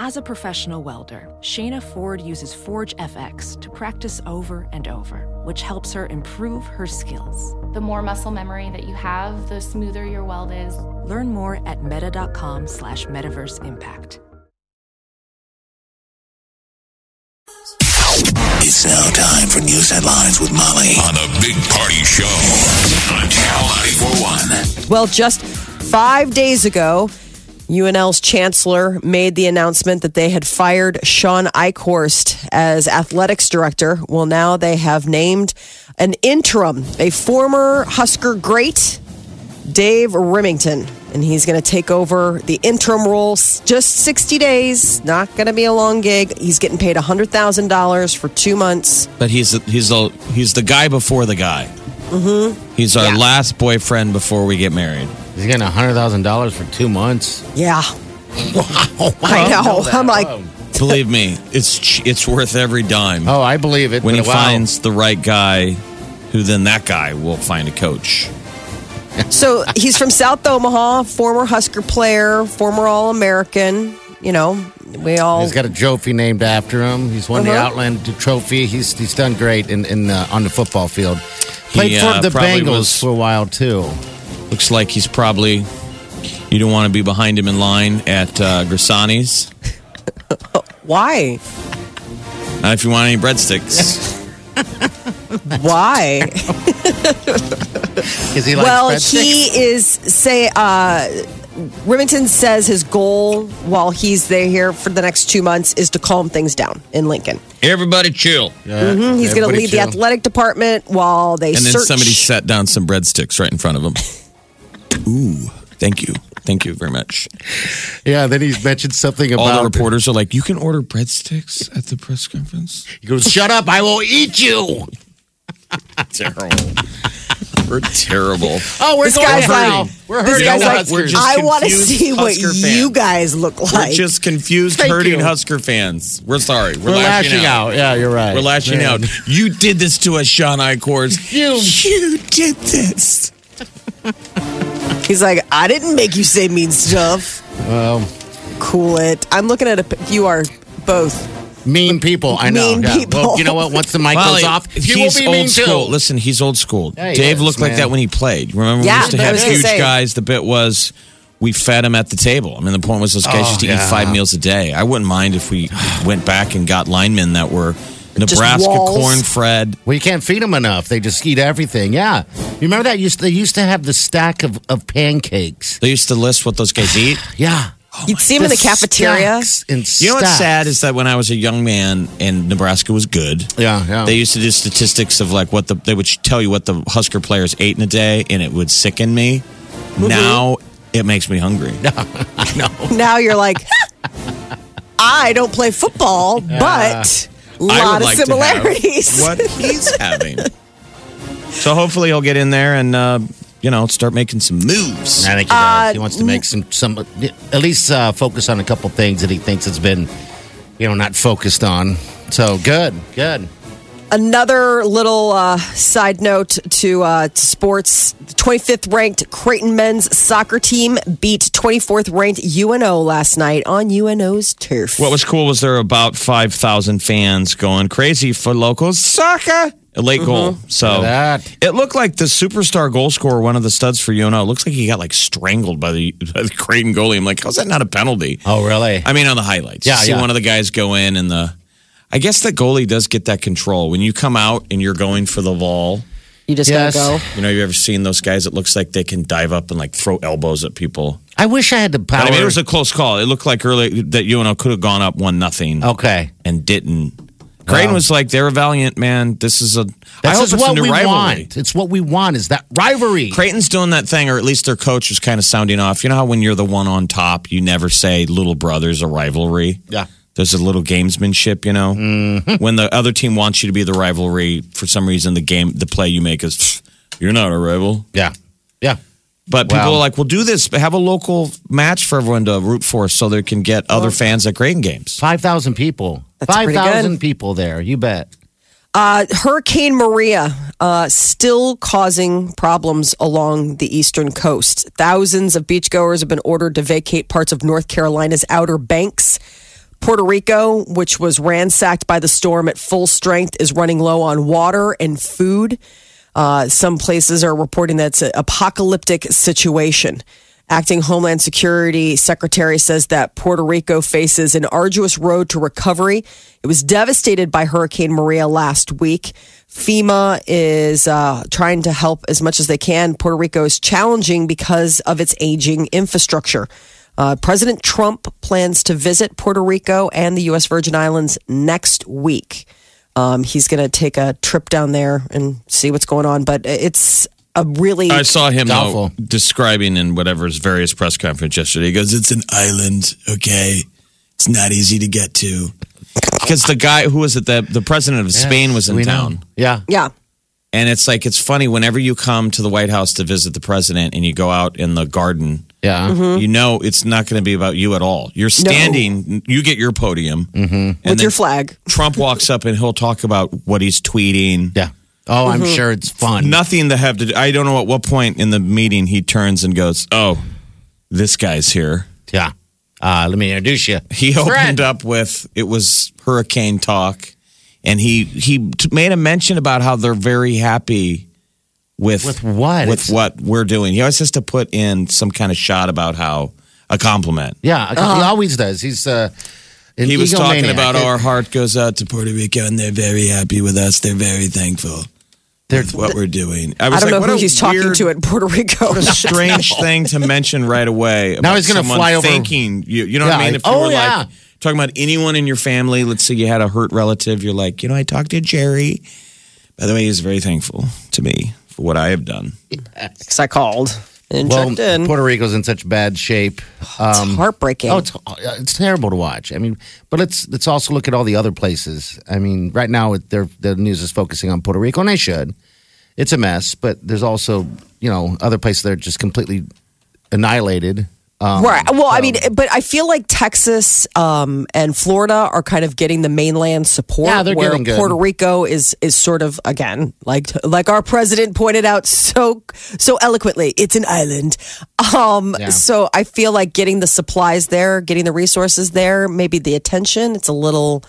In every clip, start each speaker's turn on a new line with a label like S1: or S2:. S1: As a professional welder, Shayna Ford uses Forge FX to practice over and over, which helps her improve her skills.
S2: The more muscle memory that you have, the smoother your weld is.
S1: Learn more at meta.com slash metaverse impact.
S3: It's now time for news headlines with Molly on the Big Party Show on Channel 941.
S4: Well, just five days ago, UNL's chancellor made the announcement that they had fired Sean Eichhorst as athletics director. Well, now they have named an interim, a former Husker great, Dave Remington. And he's going to take over the interim role s- just 60 days. Not going to be a long gig. He's getting paid $100,000 for two months.
S5: But he's he's the he's the guy before the guy. Mm-hmm. He's our
S4: Yeah.
S5: last boyfriend before we get married.
S6: He's getting hundred thousand dollars for two months.
S4: Yeah. I know. I'm like,
S5: Believe me, it's ch- it's worth every dime
S6: Oh, I believe it.
S5: when he
S6: but wow.
S5: finds the right guy, who then that guy will find a coach.
S4: So he's from South Omaha, former Husker player, former All American. You know, we all.
S6: he's got a trophy named after him. He's won the
S4: Uh-huh.
S6: Outland Trophy. He's he's done great in, in uh, on the football field. Played
S5: He,
S6: for
S5: uh,
S6: the
S5: probably
S6: Bengals
S5: was-
S6: for a while too.
S5: Looks like he's probably. You don't want to be behind him in line at uh, Grisani's.
S4: why?
S5: Not if you want any breadsticks.
S4: Why?
S6: Is he like
S4: well,
S6: Fred Six?
S4: he is say. uh Remington says his goal while he's there here for the next two months is to calm things down in Lincoln.
S5: Everybody chill.
S4: Mhm, He's going to
S6: Mm-hmm. Everybody
S4: lead the
S6: chill.
S4: athletic department while they
S5: And then
S4: search.
S5: somebody set down some breadsticks right in front of him. Ooh, thank you. Thank you very much.
S6: Yeah, then he mentioned something about
S5: All the reporters are like, you can order breadsticks at the press conference.
S6: He goes, "Shut up! I will eat you."
S5: terrible. We're terrible.
S6: Oh, we're
S4: This
S6: going
S4: guy's
S6: to hell.
S4: like-
S6: We're
S4: this
S6: hurting
S4: guy's
S6: the
S4: like,
S6: Huskers.
S5: We're just
S4: I want to
S5: confused
S4: see what
S5: Husker fan.
S4: you guys look
S5: We're
S4: like.
S5: just confused,
S6: Thank
S5: hurting
S6: you.
S5: Husker fans. We're sorry. We're,
S6: We're lashing out. Yeah, you're right.
S5: We're lashing out. You did this to us, Sean Icords.
S6: You-
S5: you did this.
S4: He's like, I didn't make you say mean stuff.
S6: Well,
S4: Cool it. I'm looking at a. p- You are both.
S6: mean people. I know.
S4: Mean
S6: yeah.
S4: people.
S6: Well, you know what? Once the mic
S5: Molly,
S6: goes off, you will
S5: he's
S6: be
S5: old
S6: mean
S5: school.
S6: too.
S5: Listen, he's old school.
S6: Yeah, he
S5: Dave
S6: is,
S5: looked like
S6: man.
S5: that when he played. Remember,
S4: Yeah,
S5: we used to
S4: I
S5: have
S4: was gonna
S5: huge
S4: say.
S5: guys. The bit was we fed him at the table. I mean, the point was those guys
S6: Oh,
S5: used to eat
S6: yeah.
S5: five meals a day. I wouldn't mind if we went back and got linemen that were Nebraska
S4: walls.
S5: corn fed.
S6: Well, you can't feed them enough. They just eat everything. Yeah. You remember that? Used they used to have the stack of, of pancakes.
S5: They used to list what those guys eat.
S6: Yeah.
S5: Oh
S4: You'd see him in the cafeteria.
S6: Stacks and
S5: You know what's
S6: stacks.
S5: sad is that when I was a young man and Nebraska was good,
S6: Yeah, yeah.
S5: they used to do statistics of like what the they would tell you what the Husker players ate in a day, and it would sicken me. Now it makes me hungry.
S4: Now you're like, I don't play football, but
S5: I
S4: a lot
S5: would
S4: of
S5: like
S4: similarities.
S5: To have what he's having. so hopefully he'll get in there and uh, you know start making some moves.
S6: I think he
S4: Uh,
S6: does. He wants to make some some at least uh, focus on a couple things that he thinks has been, you know, not focused on. So good, good.
S4: Another little uh, side note to, uh, to sports: the 25th ranked Creighton men's soccer team beat 24th ranked UNO last night on UNO's turf.
S5: What was cool was there were about five thousand fans going crazy for locals soccer. A late goal. So
S6: Look at that.
S5: it looked like the superstar goal scorer, one of the studs for UNO, it looks like he got like strangled by the, by the Creighton goalie. I'm like, how's that not a penalty?
S6: Oh, really?
S5: I mean, on the highlights.
S6: Yeah,
S5: You see
S6: yeah.
S5: one of the guys go in and the. I guess the goalie does get that control. When you come out and you're going for the ball,
S4: you just
S6: Yes.
S4: gotta go.
S5: you know, you ever seen those guys that looks like they can dive up and like throw elbows at people?
S6: I wish I had the power.
S5: But I mean, it was a close call. It looked like early that UNO could have gone up one nothing
S6: okay.
S5: and didn't. Crane
S6: Wow.
S5: was like, they're a valiant man. This is a. I
S6: This
S5: hope
S6: is
S5: it's a
S6: what
S5: new
S6: we
S5: rivalry.
S6: want. It's what we want. Is that rivalry?
S5: Creighton's doing that thing, or at least their coach was kind of sounding off. You know how when you're the one on top, you never say little brother's a rivalry?
S6: Yeah. Mm-hmm.
S5: There's a little gamesmanship, you know? When the other team wants you to be the rivalry, for some reason, the game, the play you make is, "Pfft, you're not a rival.
S6: Yeah, yeah.
S5: But people
S6: Wow.
S5: are like, well, do this. Have a local match for everyone to root for so they can get other fans at Creighton games.
S6: Five thousand people.
S4: That's
S6: Five
S4: pretty
S6: thousand
S4: good.
S6: people there. You bet.
S4: Uh, Hurricane Maria uh, still causing problems along the eastern coast. Thousands of beachgoers have been ordered to vacate parts of North Carolina's Outer Banks. Puerto Rico, which was ransacked by the storm at full strength, is running low on water and food. Uh, some places are reporting that it's an apocalyptic situation. Acting Homeland Security Secretary says that Puerto Rico faces an arduous road to recovery. It was devastated by Hurricane Maria last week. FEMA is uh, trying to help as much as they can. Puerto Rico is challenging because of its aging infrastructure. Uh, President Trump plans to visit Puerto Rico and the U.S. Virgin Islands next week. Um, he's going to take a trip down there and see what's going on. But it's a really
S5: I saw him though,
S6: Doubtful.
S5: describing in whatever his various press conference yesterday. He goes, "It's an island, okay? It's not easy to get to." Because the guy who was it? The the president of Spain was in
S6: We know.
S5: town,
S6: Yeah.
S4: yeah.
S5: and it's like it's funny whenever you come to the White House to visit the president and you go out in the garden.
S6: Yeah.
S4: Mm-hmm.
S5: You know it's not going to be about you at all. You're standing. You get your podium.
S6: Mm-hmm.
S4: With your flag.
S5: Trump walks up and he'll talk about what he's tweeting.
S6: Yeah. Oh, I'm
S4: Mm-hmm.
S6: sure it's fun.
S5: Nothing to have to. do. I don't know at what point in the meeting he turns and goes, "Oh, this guy's here."
S6: Yeah. Uh, let me introduce you.
S5: He opened
S6: Fred.
S5: up with it was hurricane talk, and he he t- made a mention about how they're very happy with
S6: With what?
S5: with
S6: It's-
S5: what we're doing. He always has to put in some kind of shot about how a compliment.
S6: Yeah. He
S4: Uh-huh.
S6: always does. He's uh, an
S5: He was talking
S6: egomaniac.
S5: about our heart goes out to Puerto Rico, and they're very happy with us. They're very thankful.
S6: They're-
S5: with what we're doing. I,
S4: I
S5: was
S4: don't
S5: like,
S4: know
S5: what
S4: who
S5: a
S4: he's talking
S5: weird-
S4: to in Puerto Rico.
S5: What a strange thing to mention right away.
S6: Now
S5: about
S6: he's gonna
S5: someone
S6: fly over-
S5: Thanking you, you know what I
S6: Yeah,
S5: mean?
S6: I-
S5: If you
S6: oh,
S5: were
S6: yeah.
S5: like talking about anyone in your family, let's say you had a hurt relative, you're like, you know, I talked to Jerry. By the way, he's very thankful to me for what I have done.
S4: Because I called and
S6: Well,
S4: checked in.
S6: Puerto Rico's in such bad shape.
S4: it's heartbreaking.
S6: Oh, it's, it's terrible to watch. I mean, but let's let's also look at all the other places. I mean, right now it- they're, the news is focusing on Puerto Rico, and they should. It's a mess, but there's also you know other places that are just completely annihilated. Um,
S4: Right. Well, I mean, but I feel like Texas um, and Florida are kind of getting the mainland support.
S6: Yeah, they're
S4: where
S6: getting good.
S4: Puerto Rico is is sort of again like like our president pointed out so so eloquently. It's an island. Um,
S6: Yeah.
S4: So I feel like getting the supplies there, getting the resources there, maybe the attention. It's a little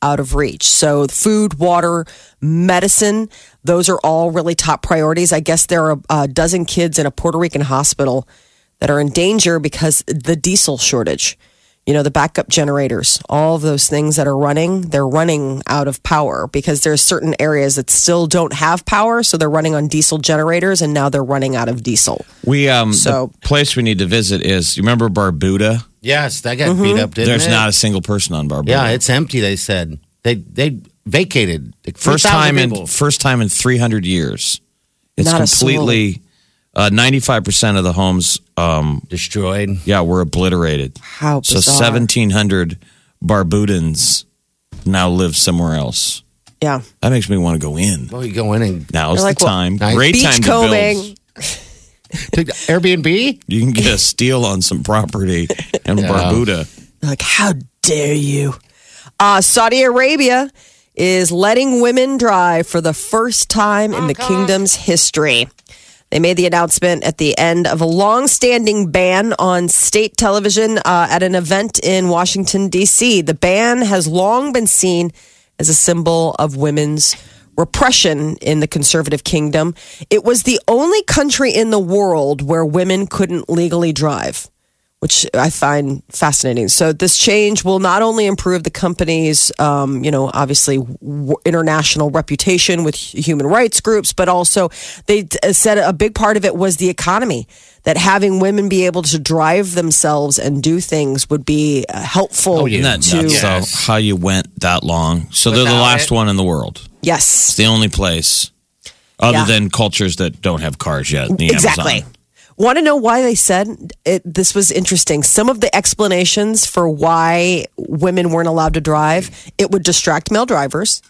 S4: out of reach. So food, water, medicine, those are all really top priorities. I guess there are a dozen kids in a Puerto Rican hospital that are in danger because the diesel shortage. You know, the backup generators, all of those things that are running, they're running out of power because there's certain areas that still don't have power, so they're running on diesel generators and now they're running out of diesel.
S5: We um
S4: So-
S5: the place we need to visit is you remember Barbuda?
S6: Yes, that got beat up. Didn't
S5: There's
S6: it?
S5: not a single person on Barbuda.
S6: Yeah, it's empty. They said they they vacated like
S5: first
S6: 3,000
S5: time in
S6: people.
S5: first time in 300 years. It's
S4: Not a
S5: completely uh, 95% of the homes um,
S6: destroyed.
S5: yeah, were obliterated.
S4: How
S5: So
S4: bizarre.
S5: 1,700 Barbudans now live somewhere else.
S4: Yeah.
S5: That makes me want to go in.
S6: Well, you go in and
S5: Now's
S4: They're like,
S5: the
S4: well,
S5: time.
S6: nice.
S5: Great time to build.
S4: Beachcombing.
S6: Take the Airbnb.
S5: You can get a steal on some property in Barbuda.
S4: Like, how dare you? Uh, Saudi Arabia is letting women drive for the first time in the kingdom's history. They made the announcement at the end of a long standing ban on state television uh, at an event in Washington, D.C. The ban has long been seen as a symbol of women's repression in the conservative kingdom. It was the only country in the world where women couldn't legally drive which I find fascinating. So this change will not only improve the company's, um, you know, obviously w- international reputation with hu- human rights groups, but also they uh, said a big part of it was the economy. That having women be able to drive themselves and do things would be uh, helpful
S5: Oh, Isn't that
S4: to
S5: nuts?
S6: Yes.
S5: So how you went that long? So they're the
S6: Without
S5: last
S6: it.
S5: one in the world.
S4: yes,
S5: It's the only place, other
S4: Yeah.
S5: than cultures that don't have cars yet. The
S4: exactly.
S5: Amazon.
S4: Want to know why they said it, this was interesting? Some of the explanations for why women weren't allowed to drive it would distract male drivers,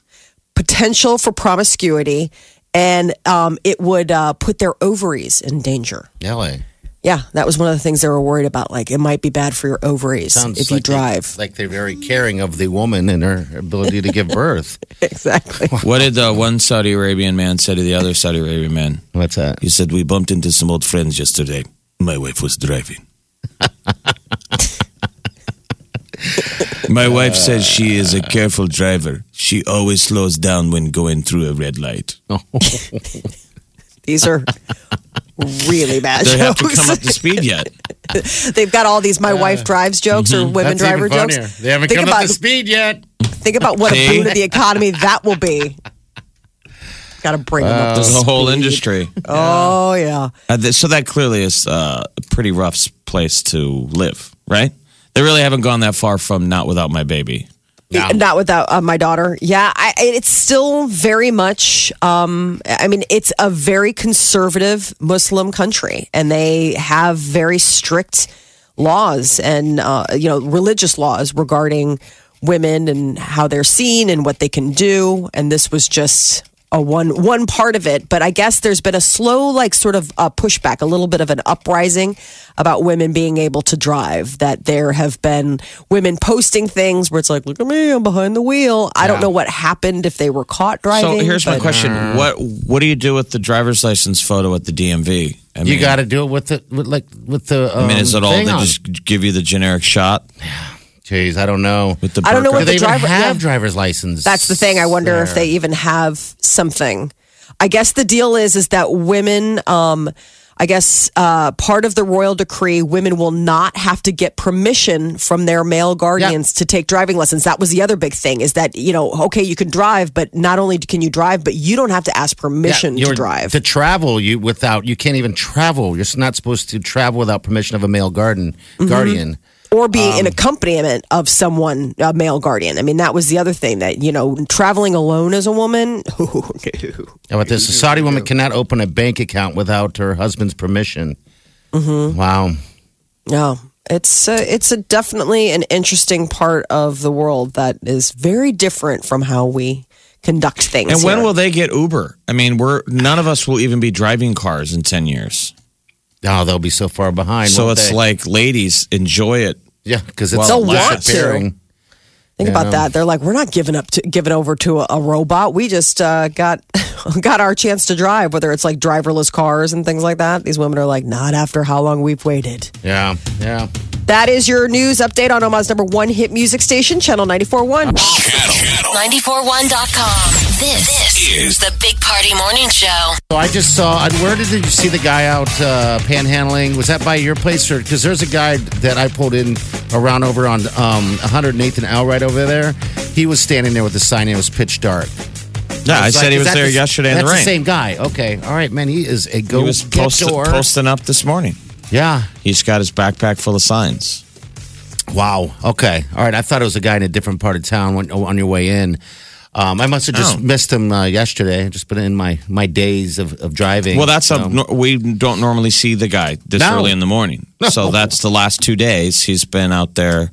S4: potential for promiscuity, and um, it would uh, put their ovaries in danger.
S6: LA
S4: Yeah, that was one of the things they were worried about. Like it might be bad for your ovaries if you
S6: like they-
S4: drive.
S6: like they're very caring of the woman and her ability to give birth.
S4: exactly.
S5: What did the one Saudi Arabian man say to the other Saudi Arabian man?
S6: What's that?
S5: He said, We bumped into some old friends yesterday. My wife was driving. My wife says she is a careful driver. She always slows down when going through a red light.
S4: These are really bad
S5: They have to
S4: jokes.
S5: come up to speed yet.
S4: They've got all these my wife drives jokes or
S5: mm-hmm.
S4: women
S6: Uh, That's even
S4: driver jokes.
S6: funnier. They haven't
S4: think
S6: come
S4: about
S6: up to speed yet.
S4: think about what a
S5: See?
S4: boon to the economy that will be. Got to bring them up. To
S5: There's a Uh, whole
S4: speed.
S5: industry.
S4: Oh yeah,
S5: Uh, th- so that clearly is uh, a pretty rough s- place to live, right? They really haven't gone that far from not without my baby.
S6: No.
S4: not without uh, my daughter. Yeah, I, it's still very much. Um, I mean, it's a very conservative Muslim country, and they have very strict laws and uh, you know religious laws regarding women and how they're seen and what they can do. And this was just a one one part of it. But I guess there's been a slow, like, sort of uh, pushback, a little bit of an uprising about women being able to drive. That there have been women posting things where it's like, "Look at me, I'm behind the wheel." I don't know what happened if they were caught driving.
S5: So here's my
S4: but-
S5: question: What what do you do with the driver's license photo at the DMV? I
S6: You got to do it with the with like with the. Um,
S5: I mean, is it all they
S6: thing on.
S5: just give you the generic shot
S6: Jeez, I don't know.
S5: with the?
S4: I don't know
S5: burqa?
S4: what
S6: do they
S4: the
S6: even
S4: driver-
S6: have
S4: yeah.
S6: driver's license?
S4: That's the thing. I wonder if they even have something. I guess the deal is is that women. Um, I guess uh, part of the royal decree, women will not have to get permission from their male guardians to take driving lessons. That was the other big thing is that you know, okay, you can drive, but not only can you drive, but you don't have to ask
S6: Yeah,
S4: permission to
S6: you're-
S4: drive.
S6: to travel you without you can't even travel you're not supposed to travel without permission of a male garden
S4: Mm-hmm.
S6: guardian
S4: or be
S6: um,
S4: an accompaniment of someone, a male guardian. I mean, that was the other thing that, you know, traveling alone as a woman,
S6: How about this? A Saudi woman cannot open a bank account without her husband's permission.
S4: Mm-hmm.
S6: Wow.
S4: No, it's uh, it's a definitely an interesting part of the world that is very different from how we conduct things.
S5: And when
S4: here.
S5: will they get Uber? I mean, we're none of us will even be driving cars in ten years.
S6: Oh, they'll be so far behind.
S5: so
S6: won't
S5: it's
S6: they?
S5: like, ladies, enjoy it.
S6: yeah, because it's
S4: They'll
S6: all
S4: want to.
S6: disappearing.
S4: think about that? They're like, we're not giving up, to, giving over to a, a robot. We just uh, got got our chance to drive. Whether it's like driverless cars and things like that, these women are like, not after how long we've waited.
S6: Yeah, yeah.
S4: That is your news update on Omaha's number one hit music station, Channel 94.1.
S3: Channel, channel
S7: 941.com. This, this is the Big Party Morning Show.
S6: So I just saw. I- Where did you see the guy out uh, panhandling? Was that by your place or because there's a guy that I pulled in around over on um, 108th and L right over there. He was standing there with the sign. and It was pitch dark.
S5: Yeah, I,
S6: was
S5: said
S6: like,
S5: he
S6: is
S5: was
S6: that
S5: there
S6: the-
S5: yesterday in the
S6: That's
S5: rain.
S6: the same guy. Okay, all right, man. He is a go
S5: he was posti- posting up this morning.
S6: Yeah,
S5: He's got his backpack full of signs.
S6: Wow. Okay. All right. I thought it was a guy in a different part of town when, on your way in. Um, I must have just
S5: Oh.
S6: missed him uh, yesterday. Just been in my my days of, of driving.
S5: Well, that's
S6: So-
S5: a no- we don't normally see the guy this
S6: No.
S5: early in the morning. So that's the last two days he's been out there,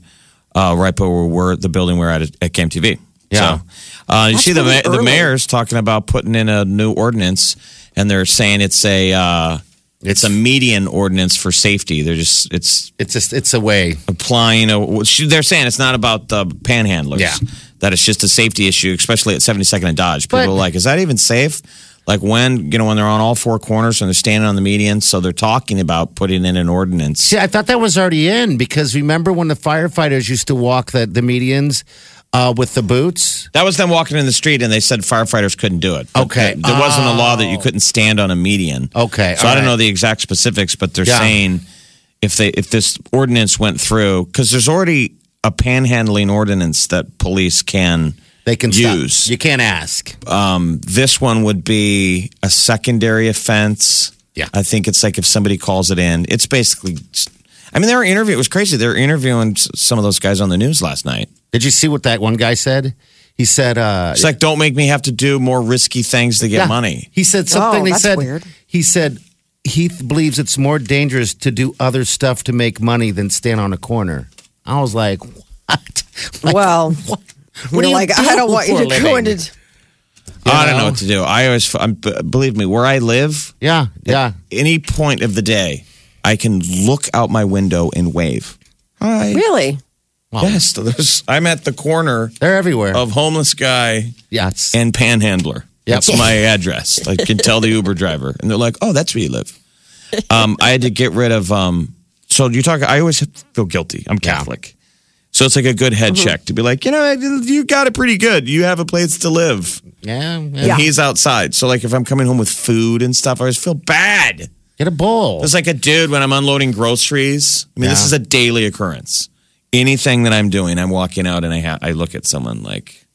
S5: uh, right where we're the building we're at at Game TV.
S6: Yeah.
S5: So, uh, you
S4: That's
S5: see the
S4: really
S5: ma- the
S4: early.
S5: mayor's talking about putting in a new ordinance, and they're saying it's a uh, it's a median ordinance for safety. They're just it's
S6: it's just it's a way.
S5: applying. A, she- they're saying it's not about the panhandlers.
S6: Yeah.
S5: That it's just a safety issue, especially at 72nd and Dodge. People
S6: But-
S5: are like, is that even safe? Like when, you know, when they're on all four corners and they're standing on the median. So they're talking about putting in an ordinance.
S6: See, I thought that was already in because remember when the firefighters used to walk the the medians uh, with the boots?
S5: That was them walking in the street and they said firefighters couldn't do it. But
S6: Okay.
S5: th- There, wasn't a law that you couldn't stand on a median.
S6: Okay,
S5: So I
S6: all
S5: don't
S6: right.
S5: know the exact specifics, but they're
S6: Yeah.
S5: saying if they if this ordinance went through, because there's already a panhandling ordinance that police can
S6: They can stop.
S5: use.
S6: You can't ask.
S5: this one would be a secondary offense.
S6: Yeah.
S5: I think it's like if somebody calls it in, it's basically. I mean, they were interviewing. It was crazy. They were interviewing s- some of those guys on the news last night.
S6: Did you see what that one guy said? He said, uh,
S5: It's like, don't make me have to do more risky things to get
S6: Yeah.
S5: money.
S6: He said something.
S4: Oh,
S6: he
S4: that's
S6: said
S4: weird.
S6: he said he th- believes it's more dangerous to do other stuff to make money than stand on a corner. I was like, what? Like,
S4: Well,
S6: what?
S4: You're
S6: do you
S4: like,
S6: do
S4: I don't want you
S6: for
S4: to
S6: a
S4: go
S6: living?"
S4: into.
S5: I don't know
S6: know?
S5: what to do. I always, f- I'm, b- believe me, where I live,
S6: Yeah, yeah.
S5: any point of the day, I can look out my window and wave. Hi.
S4: Really?
S5: Yes, there's, I'm at the corner
S6: They're everywhere.
S5: of homeless guy
S6: yes.
S5: Oh. and Panhandler.
S6: Yep.
S5: That's my address. I can tell the Uber driver, and they're like, "Oh, that's where you live." Um, I had to get rid of. Um, so you talk. I always feel guilty. I'm Catholic, So it's like a good head check to be like, you know, I- you got it pretty good. You have a place to live.
S6: Yeah,
S5: And
S6: yeah.
S5: he's outside. So, like, if I'm coming home with food and stuff, I always feel bad.
S6: Get a bowl.
S5: It's like a dude when I'm unloading groceries. I mean, this
S6: Yeah.
S5: is a daily occurrence. Anything that I'm doing, I'm walking out and I ha- I look at someone like,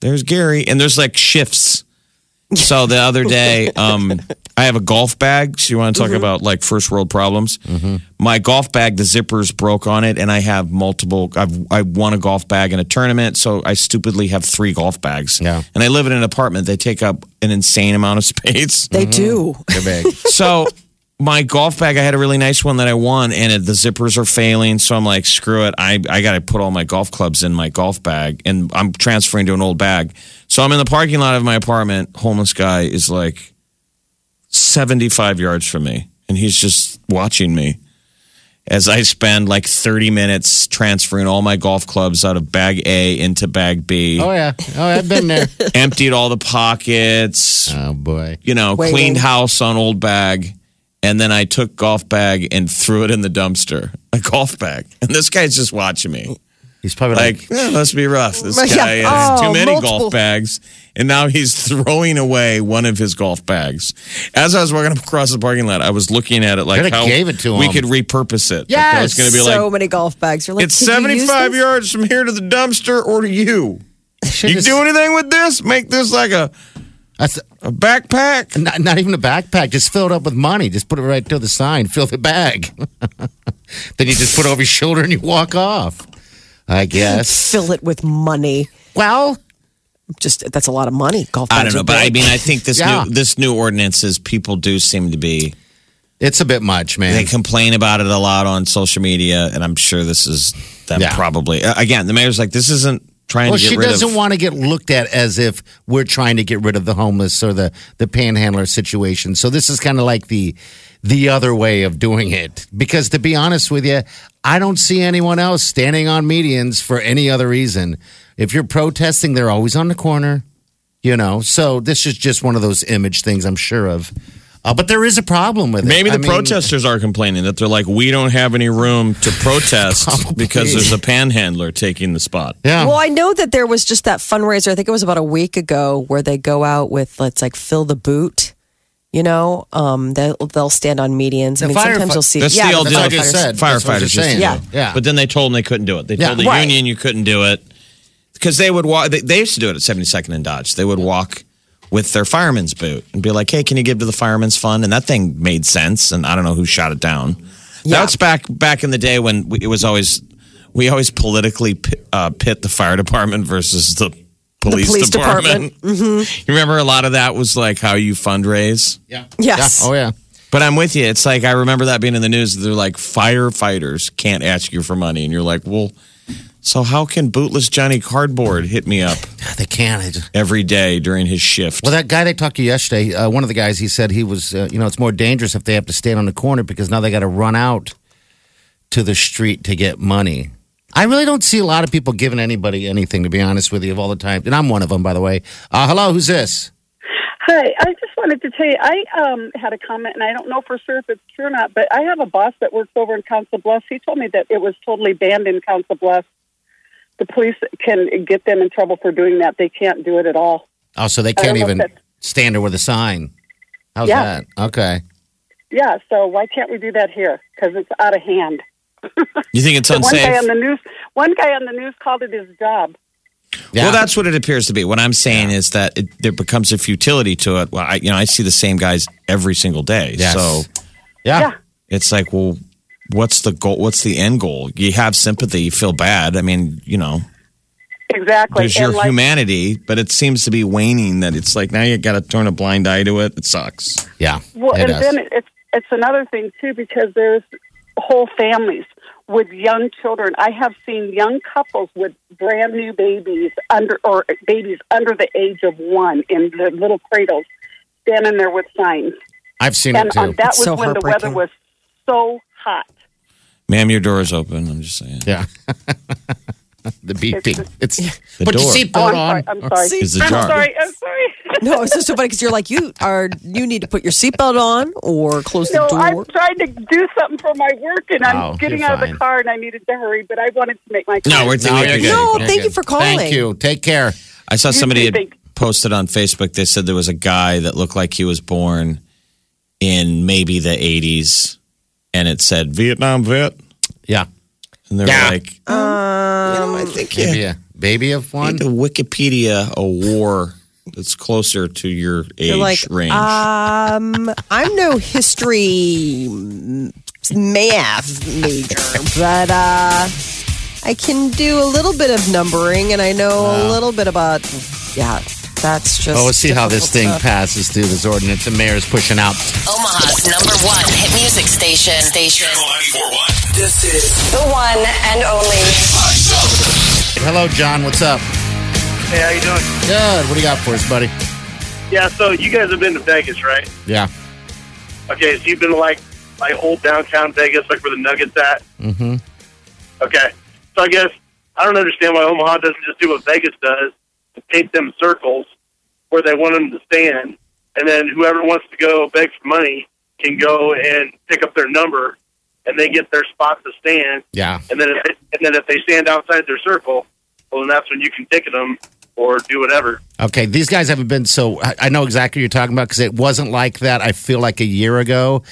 S5: "There's Gary," and there's like shifts. So the other day, um, I have a golf bag. So you want to
S6: Mm-hmm.
S5: talk about like first world problems? My golf bag, the zippers broke on it, and I have multiple. I've I won a golf bag in a tournament, so I stupidly have three golf bags.
S6: Yeah.
S5: and I live in an apartment. They take up an insane amount of space.
S4: They do.
S6: They're big.
S5: So my golf bag, I had a really nice one that I won, and it, the zippers are failing. So I'm like, screw it. I, I got to put all my golf clubs in my golf bag, and I'm transferring to an old bag. So I'm in the parking lot of my apartment. Homeless guy is like 75 yards from me, and he's just watching me as I spend like 30 minutes transferring all my golf clubs out of bag A into bag B,
S6: Oh yeah. Oh, I've been there.
S5: emptied all the pockets,
S6: oh boy.
S5: you know,
S4: Waiting.
S5: cleaned house on old bag. And then I took golf bag and threw it in the dumpster, a golf bag. And this guy's just watching me.
S6: He's probably like,
S5: Like, "Eh, must be rough. This
S4: Yeah.
S5: guy has
S4: Oh,
S5: too many
S4: multiple.
S5: golf bags. And now he's throwing away one of his golf bags. As I was walking across the parking lot, I was looking at it like
S6: Coulda
S5: how
S6: gave it to
S5: we
S6: him.
S5: could repurpose it. Like, I was
S6: Yes!
S5: going to be
S4: so
S5: like,
S4: many golf bags. You're like,
S5: it's
S4: "Did you use
S5: 75
S4: this?"
S5: yards from here to the dumpster or to you.
S6: should
S5: You
S6: just-
S5: do anything with this? Make this like a,
S6: That's
S5: a backpack?
S6: not, not even a backpack. Just fill it up with money. Just put it right to the sign. Fill the bag. then you just put it over your shoulder and you walk off. I guess.
S4: Fill it with money.
S6: Well,
S4: Just that's a lot of money. Golf bags.
S5: I don't know,
S4: are
S5: but I
S4: big.
S5: mean, I think this
S6: Yeah.
S5: new this new ordinance is people do seem to be
S6: it's a bit much,
S5: they
S6: man.
S5: complain about it a lot on social media, and I'm sure this is them
S6: Yeah.
S5: probably uh, again. The mayor's like, this isn't trying
S6: Well,
S5: to get
S6: she
S5: rid
S6: doesn't
S5: of.
S6: want to get looked at as if we're trying to get rid of the homeless or the the panhandler situation. So this is kind of like the the other way of doing it. Because to be honest with you, I don't see anyone else standing on medians for any other reason. If you're protesting, they're always on the corner, you know. So this is just one of those image things I'm sure of. Uh, but there is a problem with it.
S5: Maybe
S6: I
S5: the
S6: mean,
S5: protesters are complaining that they're like, we don't have any room to protest
S6: Probably.
S5: because there's a panhandler taking the spot.
S6: Yeah.
S4: Well, I know that there was just that fundraiser. I think it was about a week ago where they go out with let's like fill the boot. You know, um, they'll, they'll stand on medians. I
S6: The
S4: mean,
S6: firefi-
S4: sometimes you'll see.
S5: That's
S4: yeah,
S5: the old
S4: the
S6: that's what
S5: deal.
S6: I just
S4: firefighters.
S6: said. That's what I
S5: Firefighters
S6: was
S5: used
S6: just
S5: to
S6: saying.
S5: do
S6: Yeah.
S5: it.
S6: Yeah.
S5: But then they told them they couldn't do it. They
S6: Yeah,
S5: told the
S6: right.
S5: union you couldn't do it because they would walk. They, they used to do it at 72nd and Dodge. They would walk with their fireman's boot and be like, "Hey, can you give to the fireman's fund?" And that thing made sense. And I don't know who shot it down. That's back back in the day when we, it was always we always politically pi- uh, pit the fire department versus the police,
S4: police
S5: department. You remember a lot of that was like how you fundraise.
S6: yeah.
S4: Yes.
S6: Yeah. Oh yeah.
S5: But I'm with you. It's like I remember that being in the news. They're like firefighters can't ask you for money, and you're like, well, so how can bootless Johnny Cardboard hit me up
S6: They can't. I just-
S5: every day during his shift?
S6: Well, that guy they talked to yesterday, uh, one of the guys, he said he was, uh, you know, it's more dangerous if they have to stand on the corner because now they got to run out to the street to get money. I really don't see a lot of people giving anybody anything, to be honest with you, of all the time. And I'm one of them, by the way. Uh, hello, who's this?
S8: Hi, I just wanted to tell you, I um, had a comment, and I don't know for sure if it's true or not, but I have a boss that works over in Council Bluffs. He told me that it was totally banned in Council Bluffs. The police can get them in trouble for doing that. They can't do it at all.
S6: Oh, so they
S8: I
S6: can't
S8: don't know
S6: even
S8: if that's-
S6: stand there with a sign. How's
S8: Yeah.
S6: that? Okay.
S8: Yeah, so why can't we do that here? Because it's out of hand.
S5: You think it's
S8: One guy on
S5: unsafe?
S8: the news, one guy on the news called it his job.
S6: Yeah.
S5: Well, that's what it appears to be. What I'm saying is that it, there becomes a futility to it. Well, I, you know, I see the same guys every single day.
S6: Yes.
S5: So
S6: yeah.
S8: Yeah.
S5: it's like, well, what's the goal? What's the end goal? You have sympathy, you feel bad. I mean, you know,
S8: Exactly.
S5: there's your
S8: And, like,
S5: humanity, but it seems to be waning. That it's like now you got to turn a blind eye to it. It sucks.
S6: Yeah.
S8: Well,
S6: It
S8: and
S6: does.
S8: then it- it's it's another thing too because there's whole families with young children. I have seen young couples with brand new babies under or babies under the age of one in the little cradles, standing there with signs.
S6: I've seen
S8: And
S6: it too.
S8: um, that
S4: It's
S8: was
S4: so
S8: when the weather
S4: heartbreaking.
S8: was so hot.
S5: Ma'am, your door is open. I'm just saying.
S6: yeah. the beeping. It's
S5: The
S6: put
S5: door.
S6: your
S8: Oh,
S6: seatbelt on.
S8: I'm sorry. I'm sorry.
S5: Is the
S8: I'm
S5: jar?
S8: sorry. I'm sorry.
S4: No, it's just so funny because you're like you are. You need to put your seatbelt on or close
S8: No,
S4: the
S8: I'm
S4: door.
S8: trying to do something for my work, and
S6: Oh,
S8: I'm getting
S6: you're
S8: out
S6: fine.
S8: of the car, and I needed to hurry, but I wanted to make my.
S5: No, we're,
S6: No,
S5: we're good.
S6: you're good.
S4: No,
S6: You're
S4: thank
S6: good.
S4: you for calling.
S6: Thank you. Take care.
S5: I saw somebody
S8: too,
S5: had
S8: thanks.
S5: posted on Facebook. They said there was a guy that looked like he was born in maybe the '80s, and it said Vietnam vet,
S6: Yeah.
S5: and they're
S6: Yeah.
S5: like, um, I think you
S6: Maybe a baby of one.
S8: Um,
S5: need the Wikipedia a war that's closer to your age
S4: You're like,
S5: range.
S8: uh,
S4: um, I'm no history m- math major, but uh, I can do a little bit of numbering, and I know a little bit about. Yeah, that's just.
S6: Well, we'll see how this thing
S4: difficult stuff.
S6: passes through this ordinance. The mayor's pushing out.
S7: Omaha's number one hit music station. Station.
S3: Channel 941. This is
S9: The one and only.
S3: my show.
S6: Hello, John. What's up?
S10: Hey, how you doing?
S6: Good. What do you got for us, buddy?
S10: Yeah, so you guys have been to Vegas, right?
S6: Yeah.
S10: Okay, so you've been to like like old downtown Vegas, like where the Nuggets at.
S6: Mm-hmm.
S10: Okay, so I guess I don't understand why Omaha doesn't just do what Vegas does and paint them circles where they want them to stand, and then whoever wants to go beg for money can go and pick up their number, and they get their spot to stand,
S6: Yeah.
S10: and then if they, and then if they stand outside their circle, well, then that's when you can ticket them or do whatever.
S6: Okay, these guys haven't been so. I I know exactly what you're talking about because it wasn't like that. I feel like a year ago,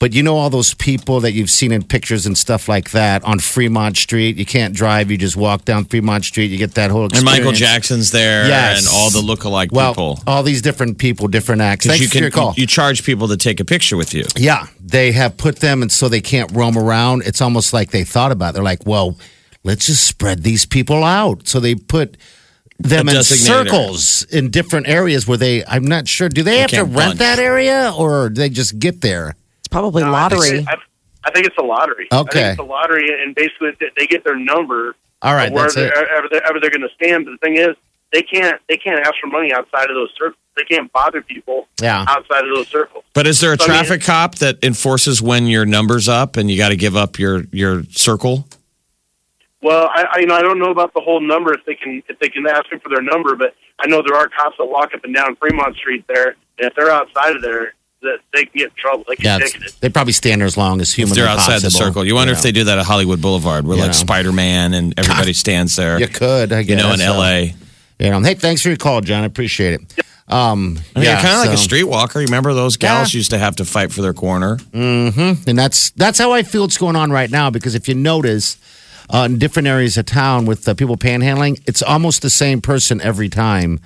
S6: but you know all those people that you've seen in pictures and stuff like that on Fremont Street. You can't drive; you just walk down Fremont Street. You get that whole
S5: and
S6: experience.
S5: Michael Jackson's there,
S6: Yes.
S5: and all the lookalike
S6: Well,
S5: people.
S6: all these different people, different acts.
S5: 'Cause
S6: Thank you,
S5: you can
S6: for your call.
S5: You, you charge people to take a picture with you.
S6: Yeah, they have put them, and so they can't roam around. It's almost like they thought about. It. They're like, well, let's just spread these people out. So they put them
S5: A
S6: in
S5: designator.
S6: circles in different areas where they. I'm not sure. Do they, have to
S5: can't
S6: rent
S5: bunch.
S6: that area, or do they just get there?
S4: It's probably
S10: I
S4: lottery.
S10: think, I, I think it's a lottery. I
S6: Okay.
S10: think it's a lottery, and basically they- they get their number.
S6: All right,
S10: wherever
S6: that's it.
S10: they're, ever they're, ever they're going to stand. But the thing is, they can't they can't ask for money outside of those circles. They can't bother people
S6: Yeah.
S10: outside of those circles.
S5: But is there a
S10: So, I mean-
S5: traffic cop that enforces when your number's up and you got to give up your your circle?
S10: Well, I, I you know I don't know about the whole number if they can if they can ask them for their number, but I know there are cops that walk up and down Fremont Street there, and if they're outside of there, that they can get in trouble. They
S6: Yeah,
S10: can
S6: it's-
S10: ticket it.
S6: they probably stand there as long as
S5: If
S6: humanly
S5: they're outside the
S6: possible,
S5: circle. You wonder
S6: know.
S5: if they do that at Hollywood Boulevard where
S6: You
S5: like
S6: know.
S5: Spider Man and everybody stands there.
S6: You could, I guess.
S5: you know, in LA.
S6: uh, You know, hey, thanks for your call, John. I appreciate it. Um,
S5: I mean,
S6: yeah,
S5: you're kind of like a
S6: so-
S5: streetwalker. You remember those gals used to have to fight for their corner?
S6: and that's that's how I feel it's going on right now. Because if you notice, uh, in different areas of town with uh, people panhandling, it's almost the same person every time.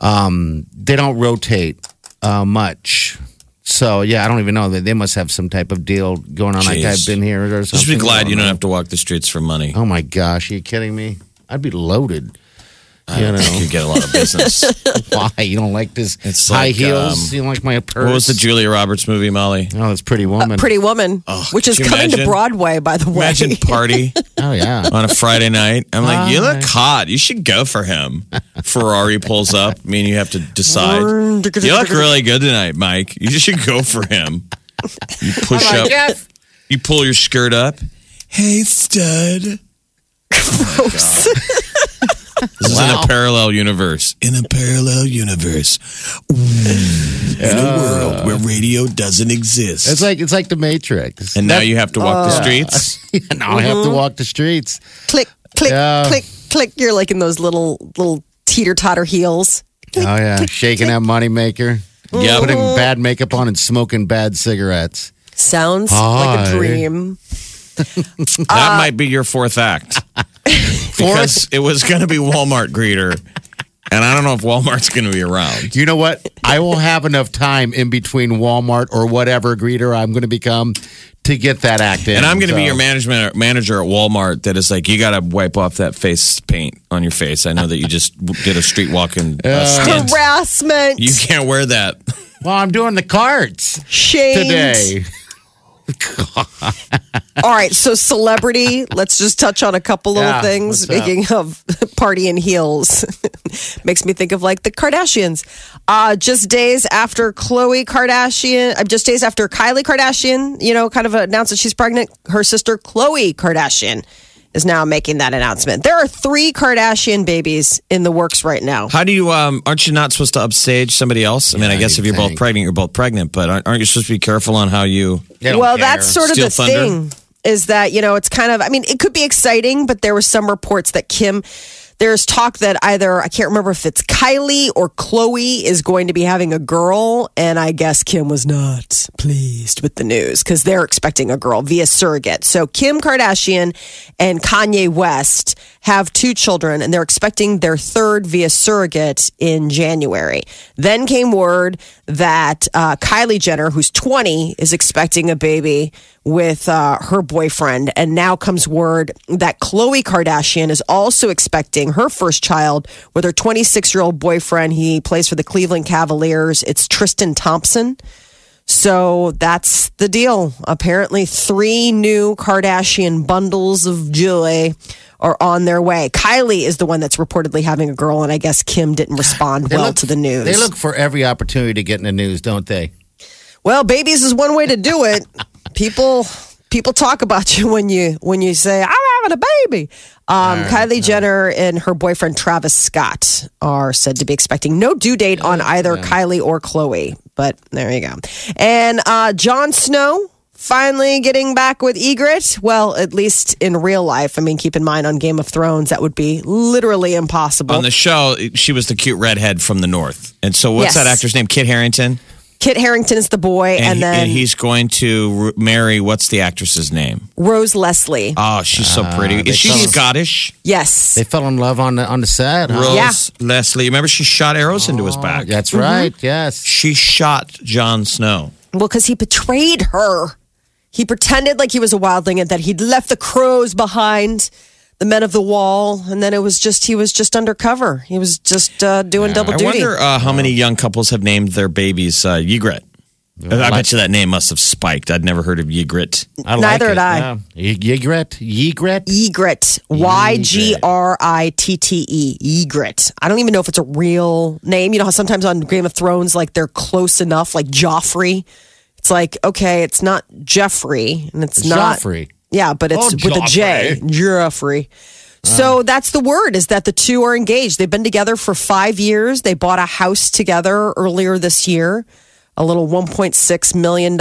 S6: Um, they don't rotate uh, much. So yeah, I don't even know. They, they must have some type of deal going on. Like
S5: Jeez.
S6: I've been here or something.
S5: Just be glad you don't
S6: know.
S5: have to walk the streets for money.
S6: Oh my gosh, are you kidding me? I'd be loaded. You know
S5: You get a lot of business.
S6: why? You don't like this?
S5: It's
S6: high
S5: like,
S6: heels.
S5: um,
S6: you don't like my purse?
S5: what was the Julia Roberts movie, Molly?
S6: Oh, that's Pretty Woman.
S4: Pretty Woman, which is
S5: could you
S4: coming to
S5: imagine?
S4: Broadway, by the way.
S5: Imagine party
S6: Oh yeah.
S5: on a Friday night. I'm like, you look
S6: Right.
S5: hot. You should go for him. Ferrari pulls up. I mean, you have to decide. You look really good tonight, Mike. You should go for him. You push up. You pull your skirt up. Hey, stud. This is in
S6: Wow.
S5: a parallel universe. In a parallel universe. In a world where radio doesn't exist.
S6: It's like Uh, it's like the Matrix.
S5: and now you have to walk the streets.
S6: now I have to
S4: Mm-hmm.
S6: walk the streets.
S4: click, click,
S6: Yeah.
S4: click, click. You're like in those little little teeter totter heels.
S6: Oh yeah, shaking that moneymaker.
S4: Mm-hmm.
S5: Yep.
S6: putting bad makeup on and smoking bad cigarettes.
S4: Sounds like
S6: Hi.
S4: a dream.
S5: That might be your fourth act. Because it was going to be Walmart greeter. And I don't know if Walmart's going to be around.
S6: You know what? I will have enough time in between Walmart or whatever greeter I'm going to become to get that act in.
S5: And I'm going to be
S6: So,
S5: your management manager at Walmart that is like, you got to wipe off that face paint on your face. I know that you just did a street walking uh, stint.
S4: Harassment.
S5: You can't wear that.
S6: Well, I'm doing the carts
S4: Shamed.
S6: today.
S4: All right, so celebrity. let's just touch on a couple little
S6: Yeah,
S4: things.
S6: what's up?
S4: Speaking of party in heels, makes me think of like the Kardashians. Uh, just days after Khloe Kardashian, uh, just days after Kylie Kardashian, you know, kind of announced that she's pregnant, her sister Khloe Kardashian is now making that announcement. There are three Kardashian babies in the works right now.
S5: How do you? Um, aren't you not supposed to upstage somebody else? I mean, I
S6: Yeah,
S5: guess if
S6: you'd
S5: you're both
S6: think.
S5: pregnant, you're both pregnant. But aren't, aren't you supposed to be careful on how you?
S6: They don't
S4: Well,
S6: care.
S4: that's sort of
S5: Steel
S4: the
S5: Thunder.
S4: thing is that, you know, it's kind of, I mean, it could be exciting, but there were some reports that Kim, there's talk that either, I can't remember if it's Kylie or Chloe is going to be having a girl. And I guess Kim was not pleased with the news because they're expecting a girl via surrogate. So Kim Kardashian and Kanye West have two children and they're expecting their third via surrogate in January. Then came word that uh, Kylie Jenner, who's 20, is expecting a baby with uh, her boyfriend. And now comes word that Khloe Kardashian is also expecting her first child with her 26 year old boyfriend. He plays for the Cleveland Cavaliers. It's Tristan Thompson. So that's the deal. Apparently, three new Kardashian bundles of joy are on their way. Kylie is the one that's reportedly having a girl, and I guess Kim didn't respond
S6: They
S4: well
S6: look-
S4: to the news.
S6: They look for every opportunity to get in the news, don't they?
S4: Well, babies is one way to do it. people people talk about you when you when you say I'm having a baby. Um, Kylie Jenner and her boyfriend Travis Scott are said to be expecting no due date on either Kylie or Chloe. But there you go. And uh, Jon Snow finally getting back with Egret. Well, at least in real life. I mean, keep in mind on Game of Thrones that would be literally impossible.
S5: On the show, she was the cute redhead from the north. And so, what's
S4: Yes.
S5: that actor's name? Kit Harrington.
S4: Kit Harrington is the boy, and,
S5: he-
S4: then
S5: he's going to r- marry what's the actress's name?
S4: Rose Leslie.
S5: Oh, she's so pretty. Is she
S6: call her-
S5: Scottish?
S4: yes.
S6: They fell in love on the on the set. Huh?
S5: Rose
S4: Yeah.
S5: Leslie. Remember, she shot arrows into his back.
S6: That's right.
S4: Mm-hmm.
S6: Yes.
S5: She shot Jon Snow.
S4: Well, because he betrayed her. He pretended like he was a wildling and that he'd left the crows behind, the men of the wall, and then it was just he was just undercover. He was just uh, doing double
S5: I
S4: duty.
S5: wonder uh, how many young couples have named their babies uh, Ygritte. I bet you that name must have spiked. I'd never heard of Ygritte.
S6: I
S4: Neither
S6: like
S4: did I.
S6: it. Yeah. Yigret. Yigret.
S4: Egret, Y G R I T T E, Egret. I don't even know if it's a real name. You know how sometimes on Game of Thrones, like they're close enough, like Joffrey. It's like okay, it's not Jeffrey, and it's,
S6: It's
S4: not
S6: Joffrey.
S4: Yeah, but it's
S6: Oh,
S4: with a J, Joffrey. So that's the word is that the two are engaged. They've been together for five years. They bought a house together earlier this year, a little $1.6 million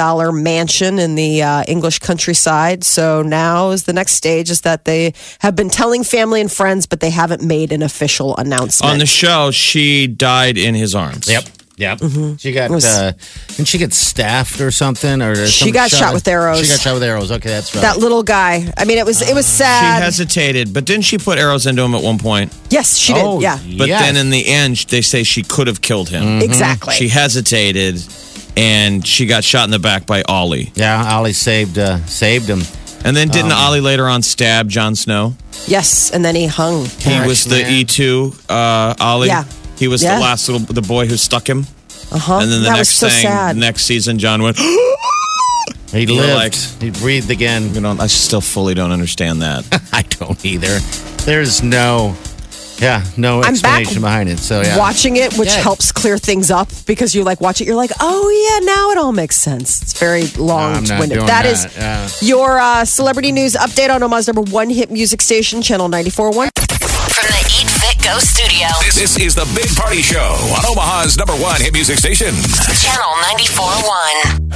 S4: mansion in the uh, English countryside. So now is the next stage is that they have been telling family and friends, but they haven't made an official announcement.
S5: On the show, she died in his arms.
S6: Yep. Yep. She got.
S4: Mm-hmm. was-
S6: uh, didn't she get staffed or something?
S4: She
S6: Or some
S4: got shot with arrows.
S6: She got shot with arrows. Okay, that's right.
S4: that little guy. I mean, it was it was
S5: Uh, She
S4: sad.
S5: hesitated, but didn't she put arrows into him at one point?
S4: yes, she did.
S6: Oh,
S4: yeah,
S5: But
S6: Yes.
S5: then in the end, they say she could have killed him.
S4: exactly.
S5: She hesitated and she got shot in the back by Ollie.
S6: yeah, Ollie saved uh, saved him.
S5: And then didn't
S4: Oh.
S5: Ollie later on stab Jon Snow?
S4: yes, and then he hung.
S5: He was the
S6: man.
S5: E2 uh, Ollie.
S4: Yeah.
S5: He was
S4: Yeah.
S5: the last little the boy who stuck him.
S4: Uh-huh.
S5: And then the
S4: that was
S5: next
S4: so
S5: thing,
S4: sad.
S5: next season, John went,
S6: He
S5: You're
S6: lived.
S5: like-
S6: he breathed again.
S5: you know, I still fully don't understand that.
S6: I don't either. There's no. Yeah, no
S4: I'm back
S6: explanation behind it. So yeah.
S4: watching it, which
S6: Yeah.
S4: helps clear things up because you like watch it, you're like, oh yeah, now it all makes sense. It's very long
S6: I'm not
S4: winded.
S6: doing
S4: that is
S6: that, yeah.
S4: your uh, celebrity news update on Omaha's number one hit music station, Channel 94.1.
S7: From the Eat Fit Go studio,
S3: This, this is the Big Party Show on Omaha's number one hit music station.
S7: Channel 94.1.